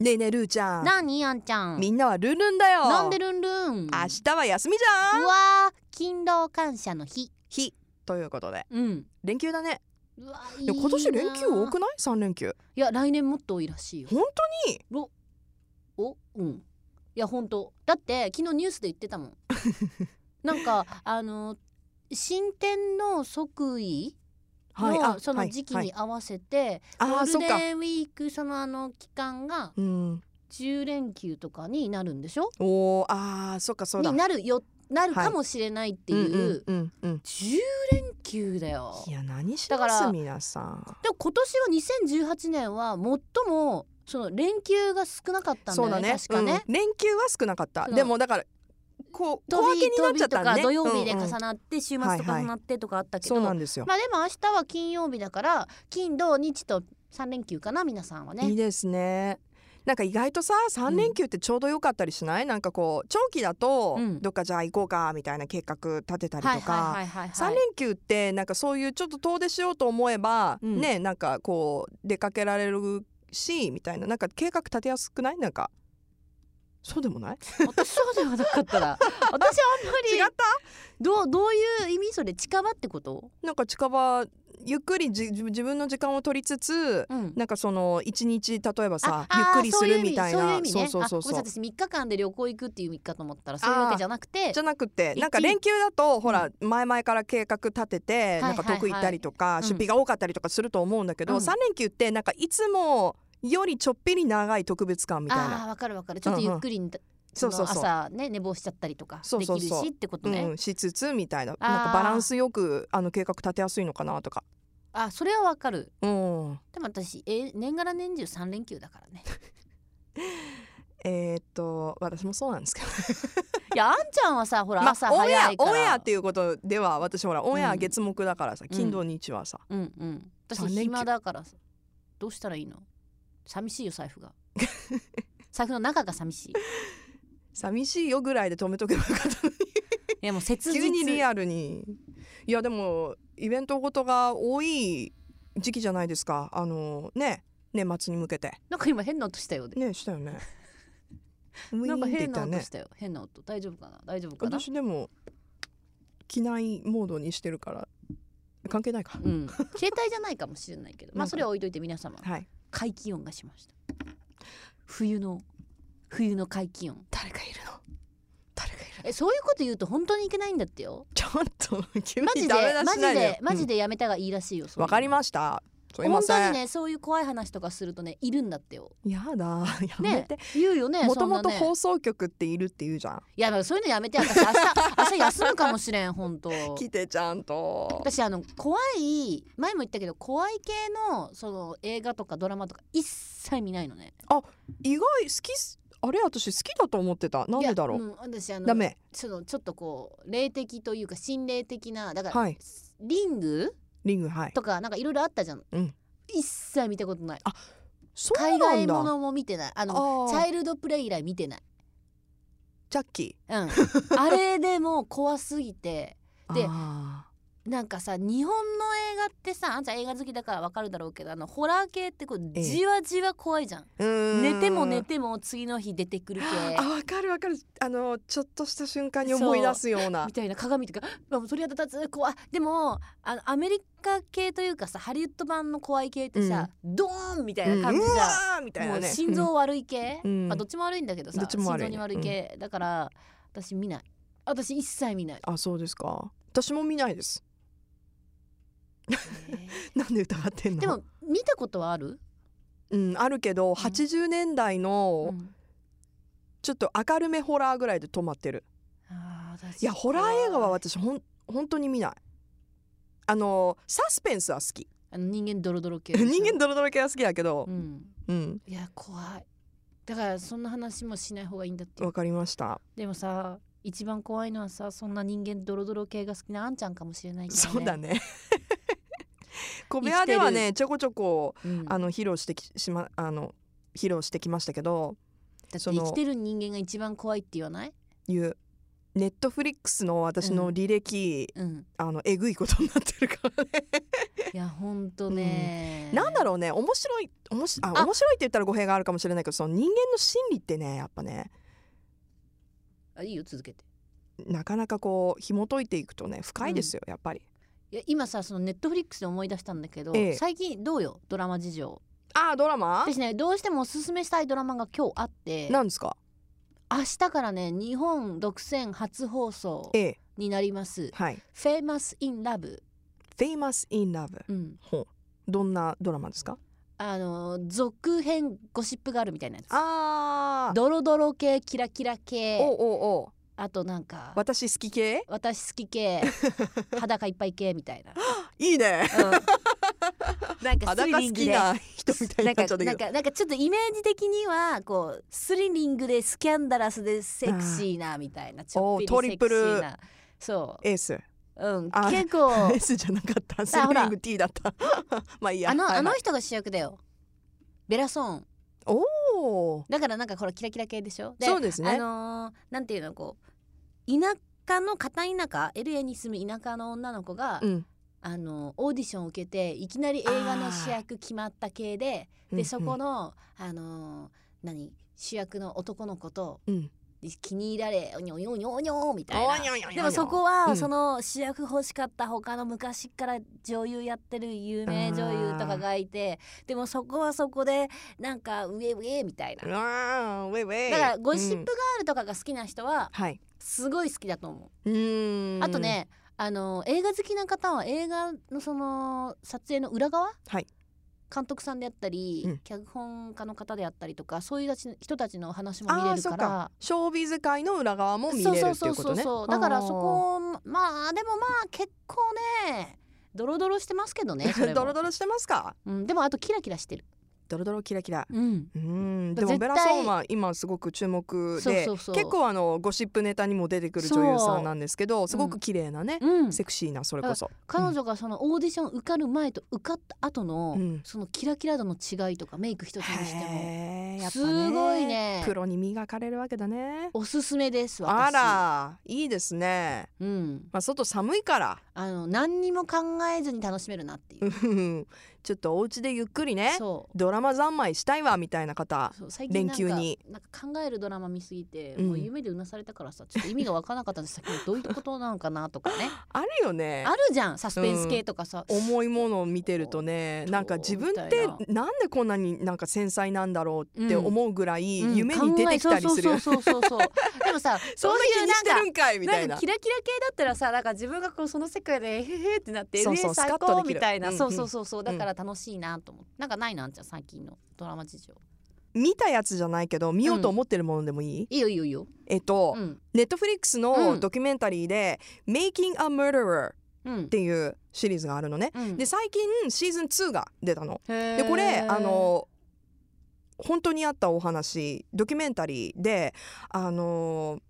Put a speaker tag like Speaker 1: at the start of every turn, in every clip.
Speaker 1: ねえねえルーちゃん
Speaker 2: なにあんちゃん
Speaker 1: みんなはルンルンだよ
Speaker 2: なんでルンルン
Speaker 1: 明日は休みじゃん
Speaker 2: うわー勤労感謝の日
Speaker 1: 日ということで
Speaker 2: うん
Speaker 1: 連休だね
Speaker 2: うわいい
Speaker 1: で
Speaker 2: な
Speaker 1: も今年連休多く
Speaker 2: い
Speaker 1: ない三連休
Speaker 2: や来年もっと多いらしいよ
Speaker 1: 本当に
Speaker 2: ろおうんいや本当だって昨日ニュースで言ってたも んなんかあの新天皇即位のその時期に合わせて、
Speaker 1: ああ
Speaker 2: ゴー
Speaker 1: そ
Speaker 2: ル
Speaker 1: っか
Speaker 2: デンウィークそのあの期間が
Speaker 1: うん
Speaker 2: 10連休とかになるんでしょ
Speaker 1: おおあーそっかそうだ
Speaker 2: になるよなるかもしれないっていう、
Speaker 1: うんうんうんうん
Speaker 2: 10連休だよ
Speaker 1: いや何し
Speaker 2: だか
Speaker 1: ます
Speaker 2: ら
Speaker 1: 皆さん
Speaker 2: でも今年は2018年は最もその連休が少なかったんだ
Speaker 1: そう
Speaker 2: よ
Speaker 1: だ
Speaker 2: ね
Speaker 1: ね
Speaker 2: 確かね、
Speaker 1: うん連休は少なかった
Speaker 2: そう
Speaker 1: でもだからこう小
Speaker 2: 飛
Speaker 1: 分
Speaker 2: び
Speaker 1: けになっちゃった
Speaker 2: 飛びと
Speaker 1: ね
Speaker 2: か土曜日で
Speaker 1: うんう
Speaker 2: 重
Speaker 1: ん
Speaker 2: なって週末と
Speaker 1: はい
Speaker 2: か
Speaker 1: はい
Speaker 2: 重なってとかあったけど、
Speaker 1: そうなんですよ
Speaker 2: まあでも明日は金曜日だから金土日と3連休かな皆さんはね
Speaker 1: いいですねなんか意外とさ
Speaker 2: うん
Speaker 1: 3連休ってちょうど良かったりしない、なんかこう長期だと
Speaker 2: うん
Speaker 1: どっかじゃあ行こうかみたいな計画立てたり
Speaker 2: はい
Speaker 1: と
Speaker 2: は
Speaker 1: か
Speaker 2: いはいはい、
Speaker 1: 3
Speaker 2: はい
Speaker 1: 連、休ってなんかそういうちょっと遠出しようと思えば、
Speaker 2: うん
Speaker 1: ねなんかこう出かけられるしみたいななんか計画立てやすくないなんかそうでもない違
Speaker 2: 私そうではなかっ たら私はあんま
Speaker 1: っ
Speaker 2: りどうどういう意味それ近場ってこと、
Speaker 1: たなんか近場ゆっくりじ自自分の時間を取りつつ
Speaker 2: うん
Speaker 1: なんかその一日例えばさ
Speaker 2: あ
Speaker 1: ゆっ
Speaker 2: あー
Speaker 1: くりするみたいな
Speaker 2: そういう意味
Speaker 1: そうそうそう
Speaker 2: あごめんなさい私3日間で旅行行くっていう3日と思ったらそういうわけじゃなくて
Speaker 1: じゃなくて
Speaker 2: 一
Speaker 1: なんか連休だとほら前々から計画立てて
Speaker 2: は
Speaker 1: ないんか遠く行ったりとか
Speaker 2: い
Speaker 1: 出費が多かったりとかすると思うんだけ
Speaker 2: う
Speaker 1: ど
Speaker 2: ん
Speaker 1: 3連休ってなんかいつもよりちょっぴり長い特別感みたい
Speaker 2: ああ
Speaker 1: な。
Speaker 2: わかるわかるちょっとゆっくりに、そ
Speaker 1: そ
Speaker 2: の
Speaker 1: うそうそう
Speaker 2: 朝ね寝坊しちゃったりとか
Speaker 1: そう
Speaker 2: で
Speaker 1: そう
Speaker 2: き
Speaker 1: そ
Speaker 2: る
Speaker 1: う
Speaker 2: しってことね、
Speaker 1: うん、しつつみたいな
Speaker 2: あー
Speaker 1: なんかバランスよくあの計画立てやすいのかなとか、
Speaker 2: あそれはわかる
Speaker 1: うん、
Speaker 2: でも私えー年がら年中三連休だからね
Speaker 1: えーっと私もそうなん ですけど、
Speaker 2: いやあんちゃんはさほら
Speaker 1: まあ
Speaker 2: 朝
Speaker 1: オンエア
Speaker 2: 早いから、
Speaker 1: オンエアっていうことでは私ほらオンエア月目だからさ、
Speaker 2: うん
Speaker 1: 金土日はさ、
Speaker 2: うんうん私
Speaker 1: 三連休
Speaker 2: 暇だからさどうしたらいいの寂しいよ財 布が財布の中が寂しい
Speaker 1: 寂しいよぐらいで止めとけばよかったのに
Speaker 2: いやもう切実
Speaker 1: 急にリアルにいやでもイベントごとが多い時期じゃないですかあのね年末に向けて
Speaker 2: なんか今変な音したようで、
Speaker 1: ねしたよね
Speaker 2: なんか変な
Speaker 1: ウィーンって言っ
Speaker 2: 音したよ変な音大丈夫かな大丈夫
Speaker 1: た
Speaker 2: か
Speaker 1: よね
Speaker 2: な
Speaker 1: 私でも機内モードにしてるから関係ないか、
Speaker 2: うん携帯じゃないかもしれないけどま
Speaker 1: な
Speaker 2: あ
Speaker 1: んか
Speaker 2: それは置いといて皆様
Speaker 1: はい
Speaker 2: 怪気音がしました冬の冬の怪気音
Speaker 1: 誰かいるの誰かいるの
Speaker 2: えそういうこと言うと本当にいけないんだってよ
Speaker 1: ちょっと急
Speaker 2: マジ
Speaker 1: に
Speaker 2: で
Speaker 1: ダメ出
Speaker 2: マ
Speaker 1: し
Speaker 2: ジ
Speaker 1: ないで
Speaker 2: でマジ
Speaker 1: で
Speaker 2: でやめたがいいらしいよ
Speaker 1: わ、かり
Speaker 2: す
Speaker 1: ましたすいま
Speaker 2: 本
Speaker 1: せ
Speaker 2: 当
Speaker 1: ん、
Speaker 2: にねそういう怖い話とかするとねいるんだってよ
Speaker 1: やだやめ
Speaker 2: ね
Speaker 1: て
Speaker 2: 言うよね
Speaker 1: もともと
Speaker 2: そんなね
Speaker 1: 放送局っているって言うじゃん
Speaker 2: いやだからそういうのやめて私明日 明日休むかもしれん本当
Speaker 1: 来てちゃんと
Speaker 2: 私あの怖い前も言ったけど怖い系のその映画とかドラマとか一切見ないのね
Speaker 1: 意外好きすあれ私好きだと思ってたなんでだろ、
Speaker 2: いうやん私あの
Speaker 1: ダメ
Speaker 2: そのちょっとこう霊的というか心霊的なだから、
Speaker 1: はい
Speaker 2: リング
Speaker 1: リングはい
Speaker 2: とかなんかいろいろあったじゃん、
Speaker 1: うん
Speaker 2: 一切見たことない
Speaker 1: そうな
Speaker 2: 海
Speaker 1: んだ
Speaker 2: 外ものも見てないあの
Speaker 1: あー
Speaker 2: チャイルドプレイ以来見てない
Speaker 1: ジャッキ
Speaker 2: うん あれでも怖すぎて
Speaker 1: ー
Speaker 2: で
Speaker 1: あ
Speaker 2: なんかさ日本の映画ってさあんちゃん映画好きだからわかるだろうけどあのホラー系ってこう
Speaker 1: ええ
Speaker 2: じわじわ怖いじゃん、
Speaker 1: ーうーん
Speaker 2: 寝ても寝ても次の日出てくる系
Speaker 1: あわかるわかるあのちょっとした瞬間に思い出すような
Speaker 2: みたいな鏡とかあもう鳥肌立つ怖いでもあのアメリカ系というかさハリウッド版の怖い系ってさ、ドーンみたいな感じ
Speaker 1: うんう
Speaker 2: じ
Speaker 1: わ
Speaker 2: ゃん
Speaker 1: ーみたい
Speaker 2: も
Speaker 1: な
Speaker 2: う
Speaker 1: ね
Speaker 2: 心臓悪い系、
Speaker 1: うん
Speaker 2: まあ、どっちも悪いんだけどさ
Speaker 1: どっちも悪いね、
Speaker 2: 心臓に悪い系、だから私見ない私一切見ない
Speaker 1: あそうですか私も見ない ですなんで疑ってんの
Speaker 2: でも見たことはある、
Speaker 1: うんあるけど80年代
Speaker 2: う
Speaker 1: の
Speaker 2: ん
Speaker 1: ちょっと明るめホラーぐらいで止まってる
Speaker 2: あー私
Speaker 1: いやホラー映画は
Speaker 2: 怖い
Speaker 1: 私ほん本当に見ないあのサスペンスは好き
Speaker 2: あの人間ドロドロ系
Speaker 1: 人間
Speaker 2: ド
Speaker 1: ドロドロ系は好きだけど
Speaker 2: ロ、うん、
Speaker 1: うん
Speaker 2: いや怖いだからそんな話もしない方がいいんだって
Speaker 1: わかりました
Speaker 2: でもさ一番怖いのはさそんな人間ドロドロ系が好きなあんちゃんかもしれないけど、ね、
Speaker 1: そうだね小部屋ではねちょこちょこ
Speaker 2: うん、
Speaker 1: あの披露してきしまあの披露してきましたけど
Speaker 2: だって
Speaker 1: そ
Speaker 2: 生
Speaker 1: の
Speaker 2: きてる人間が一番怖いって言わない
Speaker 1: いうネットフリックスの私の履歴、
Speaker 2: うん、
Speaker 1: あのえぐいことになってるからね。
Speaker 2: いやほんとね、
Speaker 1: なんだろうね面白い面白あ
Speaker 2: あ
Speaker 1: 面白いって言ったら語弊があるかもしれないけどその人間の心理ってねやっぱね
Speaker 2: あいいよ続けて
Speaker 1: なかなかこう紐解いていくとね深いですよ、やっぱり。
Speaker 2: いや今さそのネットフリックスで思い出したんだけど、
Speaker 1: ええ
Speaker 2: 最近どうよドラマ事情
Speaker 1: あードラマ
Speaker 2: 私ねどうしてもおすすめしたいドラマが今日あって
Speaker 1: なんですか
Speaker 2: 明日からね日本独占初放送
Speaker 1: ええ
Speaker 2: になります
Speaker 1: はい。
Speaker 2: 「Famous in Love
Speaker 1: Famous in Love」、
Speaker 2: うん、
Speaker 1: ほうどんなドラマですか
Speaker 2: あの続編ゴシップがあるみたいなやつ
Speaker 1: あー
Speaker 2: ドロドロ系キラキラ
Speaker 1: おう
Speaker 2: 系
Speaker 1: おうおう
Speaker 2: あとなんか
Speaker 1: 私好き系
Speaker 2: 私好 き系裸いっぱい系みたいな、
Speaker 1: いいね
Speaker 2: うんなんか
Speaker 1: 裸
Speaker 2: スリリ
Speaker 1: 好
Speaker 2: ング
Speaker 1: き
Speaker 2: で
Speaker 1: な人 みたいになっちゃったけ
Speaker 2: なん
Speaker 1: ど
Speaker 2: かなんかなんかちょっとイメージ的にはこうスリリングでスキャンダラスでセクシーなみたいなちょっぴり
Speaker 1: おートリプル
Speaker 2: セクシーなそ
Speaker 1: エースエ
Speaker 2: う、うん、
Speaker 1: あ
Speaker 2: 結 構
Speaker 1: ースじゃなか ったセ
Speaker 2: ほ
Speaker 1: ブリ
Speaker 2: ら
Speaker 1: ング T だった まあいいや
Speaker 2: あの
Speaker 1: はい
Speaker 2: あ
Speaker 1: はい
Speaker 2: の人が主役だよベラソーン
Speaker 1: おー
Speaker 2: だからなんかこれキラキラ系でしょで
Speaker 1: そうです
Speaker 2: あ
Speaker 1: ね
Speaker 2: のーなんていうのこう田舎の片田舎 LA に住む田舎の女の子が、
Speaker 1: うん
Speaker 2: あのーオーディションを受けていきなり映画の主役決まった系で
Speaker 1: うんう
Speaker 2: で
Speaker 1: ん
Speaker 2: そこの、あのー何主役の男の子と
Speaker 1: うん
Speaker 2: 気に入られおにょおにょおにょおにょみたい
Speaker 1: おに
Speaker 2: な
Speaker 1: ょにょにょにょ
Speaker 2: でもそこ
Speaker 1: う
Speaker 2: は
Speaker 1: ん
Speaker 2: その主役欲しかった他の昔から女優やってる有名女優とかがいてでもそこはそこでなんか上上みたいうな
Speaker 1: わーウェイウェイ
Speaker 2: だからゴシップ
Speaker 1: う
Speaker 2: ガ
Speaker 1: ん
Speaker 2: ールとかが好きな人は
Speaker 1: はい
Speaker 2: すごい好きだと思
Speaker 1: うー
Speaker 2: うんあとねあの映画好きな方は映画のその撮影の裏側
Speaker 1: はい
Speaker 2: 監督さんであったり、
Speaker 1: うん
Speaker 2: 脚本家の方であったりとかそういう人たちの話も見
Speaker 1: あ
Speaker 2: れ
Speaker 1: ー
Speaker 2: る
Speaker 1: そ
Speaker 2: か
Speaker 1: っ
Speaker 2: ら
Speaker 1: かショービズ界の裏側も見れるっていうことね
Speaker 2: そうそうそうそうだからそ
Speaker 1: を
Speaker 2: こまあでもまあ結構ねドロドロしてますけど ねそれも
Speaker 1: ドロドロしてますか
Speaker 2: うん、でもあとキラキラしてる、
Speaker 1: ドロドロキラキラ
Speaker 2: うん、
Speaker 1: うーんで
Speaker 2: 絶
Speaker 1: も
Speaker 2: 対
Speaker 1: ベラソーンは今すごく注目で
Speaker 2: そうそうそう
Speaker 1: 結構あのゴシップネタにも出てくる女優さんなんですけどすごく綺麗なね、
Speaker 2: うん、
Speaker 1: セクシーなそれこそ
Speaker 2: 彼女がそのオーディション受かる前と受かった後の、
Speaker 1: うん
Speaker 2: そのキラキラ度の違いとかメイク一つにしても
Speaker 1: へーやっぱね
Speaker 2: すごいね
Speaker 1: プロに磨かれるわけだね
Speaker 2: おすすめです私
Speaker 1: あらいいですね
Speaker 2: うん、
Speaker 1: まあ外寒いから
Speaker 2: あの何にも考えずに楽しめるなっていううん
Speaker 1: ちょっとお家でゆっくりね
Speaker 2: そう
Speaker 1: ドラマ三昧したいわみたいな方
Speaker 2: そう最近なんか
Speaker 1: 連休に
Speaker 2: なんか考えるドラマ見すぎて、
Speaker 1: うん
Speaker 2: もう夢でうなされたからさちょっと意味が分からなかったんですけどどういうことなのかなとかね
Speaker 1: あるよね
Speaker 2: あるじゃんサスペンス系とかさ、
Speaker 1: 重いものを見てるとねなんか自分っ
Speaker 2: みた
Speaker 1: て
Speaker 2: い
Speaker 1: な
Speaker 2: な
Speaker 1: んでこんなになんか繊細なんだろうって思うぐらい
Speaker 2: うん
Speaker 1: 夢に出てきたりする
Speaker 2: 考
Speaker 1: よ
Speaker 2: え
Speaker 1: ね
Speaker 2: そうそうそう そうそうでもさ
Speaker 1: そんな気にしてるんかいみ
Speaker 2: な
Speaker 1: た
Speaker 2: ん
Speaker 1: い
Speaker 2: か
Speaker 1: な
Speaker 2: キラキラ系だったらさなんか自分がこうその世界でえへへってなって
Speaker 1: そうそう
Speaker 2: えー
Speaker 1: スカ
Speaker 2: 最
Speaker 1: ッとできる
Speaker 2: 高みたいな、
Speaker 1: うんうん
Speaker 2: そうそうそうそうだから楽しいなと思って、なんかないなあんちゃん最近のドラマ事情
Speaker 1: 見たやつじゃないけど見ようと思ってるものでもいい、
Speaker 2: いいよいいよいいよ
Speaker 1: えっと、
Speaker 2: うん
Speaker 1: ネットフリックス
Speaker 2: う
Speaker 1: の
Speaker 2: ん
Speaker 1: ドキュメンタリーで「Making a Murderer」っ
Speaker 2: うん
Speaker 1: ていうシリーズがあるのね
Speaker 2: うん
Speaker 1: で最近シーズン2が出たの
Speaker 2: で
Speaker 1: でこれあの本当にあったお話ドキュメンタリーであの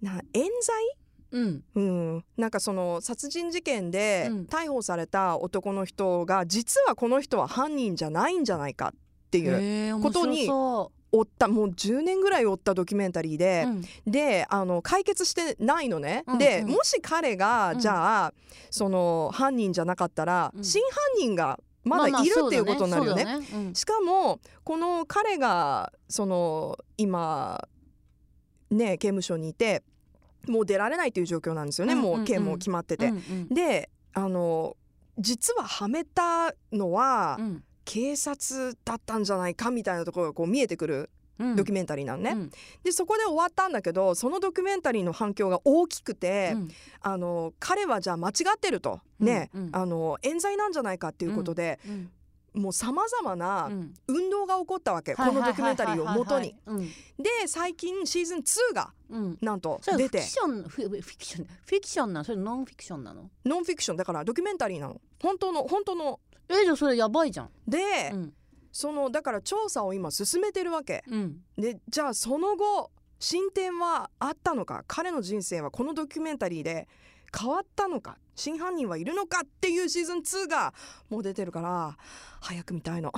Speaker 1: な冤罪
Speaker 2: うん
Speaker 1: うん、なんかその殺人事件で
Speaker 2: うん
Speaker 1: 逮捕された男の人が、実はこの人は犯人じゃないんじゃないかっていう
Speaker 2: へー
Speaker 1: ことに
Speaker 2: 面白そ
Speaker 1: 追ったもう10年ぐらい追ったドキュメンタリー
Speaker 2: う
Speaker 1: で
Speaker 2: う、ん
Speaker 1: であの解決してないのね、
Speaker 2: うん
Speaker 1: で
Speaker 2: うん
Speaker 1: もし彼が、
Speaker 2: うん
Speaker 1: じゃあその犯人じゃなかったら、
Speaker 2: うん
Speaker 1: 真犯人がまだいるっていうことになるよね。
Speaker 2: まあまあそうだね
Speaker 1: しかもこの彼がその今ね刑務所にいてもう出られないという状況なんですよね、
Speaker 2: うんうんうん
Speaker 1: もう刑も決まって
Speaker 2: そうだね
Speaker 1: て。
Speaker 2: うんうん
Speaker 1: であの実ははめたのは
Speaker 2: うん
Speaker 1: 警察だったんじゃないかみたいなところがこう見えてくる
Speaker 2: うん
Speaker 1: ドキュメンタリーなのね。
Speaker 2: うん
Speaker 1: でそこで終わったんだけどそのドキュメンタリーの反響が大きくて、
Speaker 2: うん
Speaker 1: あの彼はじゃあ間違ってると、
Speaker 2: うん
Speaker 1: ね
Speaker 2: うん
Speaker 1: あの冤罪なんじゃないかっていうことで、
Speaker 2: うん
Speaker 1: もうさまざまな、
Speaker 2: うん
Speaker 1: 運動が起こったわけ、このドキュメンタリーを元に。。
Speaker 2: はいはいはいはいはい
Speaker 1: で最近シーズン2が
Speaker 2: うんうん
Speaker 1: なんと
Speaker 2: そ
Speaker 1: 出
Speaker 2: れフィ
Speaker 1: て
Speaker 2: クションフィフィクションフィクションなのそれノンフィクションなの
Speaker 1: ノンフィクションだからドキュメンタリーなの本当の本当の。
Speaker 2: えじゃあそれやばいじゃん。
Speaker 1: で、
Speaker 2: うん
Speaker 1: そのだから調査を今進めてるわけ。
Speaker 2: うん
Speaker 1: でじゃあその後進展はあったのか彼の人生はこのドキュメンタリーで変わったのか真犯人はいるのかっていうシーズン2がもう出てるから早く見たいの。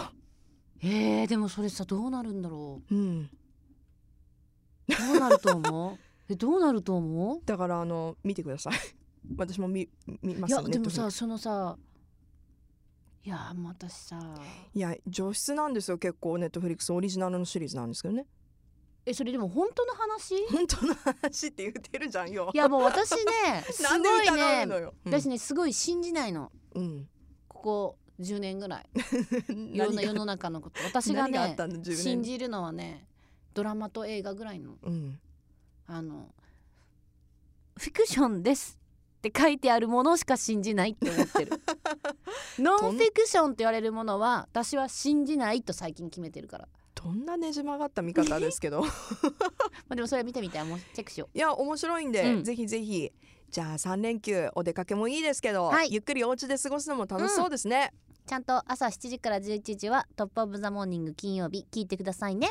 Speaker 2: えー、でもそれさどうなるんだろ
Speaker 1: うん
Speaker 2: うどうなると思うええどうなると思う
Speaker 1: だからあの見てください 私も見見ま
Speaker 2: い
Speaker 1: す
Speaker 2: や
Speaker 1: よ
Speaker 2: でも
Speaker 1: Netflix
Speaker 2: さそのさいやもう私さ
Speaker 1: いや上質なんですよ結構ネットフリックスオリジナルのシリーズなんですけどね
Speaker 2: えそれでも本当の話い
Speaker 1: 本当の話って言ってるじゃんよ
Speaker 2: やもう私ね す
Speaker 1: なんで
Speaker 2: ごい
Speaker 1: 疑うの
Speaker 2: ね
Speaker 1: よ、
Speaker 2: 私ねすごい信じないの
Speaker 1: うん、
Speaker 2: ここ10年ぐらい
Speaker 1: うん
Speaker 2: いろん な
Speaker 1: 何
Speaker 2: 世
Speaker 1: が
Speaker 2: の中のこと私が
Speaker 1: 何があっ
Speaker 2: ね
Speaker 1: たんだ10年
Speaker 2: 信じるのはねドラマと映画ぐらいの
Speaker 1: うん、
Speaker 2: あのフィクションですって書いてあるものしか信じないって思ってるノンフィクションって言われるものは私は信じないと最近決めてるから、
Speaker 1: どんなねじ曲がった見方ですけど
Speaker 2: まあ、でもそれ見てみたいもうチェックしよ
Speaker 1: いや面白いんで、
Speaker 2: うん
Speaker 1: ぜひぜひじゃあ3連休お出かけもいいですけど、
Speaker 2: はい
Speaker 1: ゆっくりお家で過ごすのも楽しそうですね、
Speaker 2: うちゃんと朝7時から11時は「トップ・オブ・ザ・モーニング」金曜日聞いてくださいね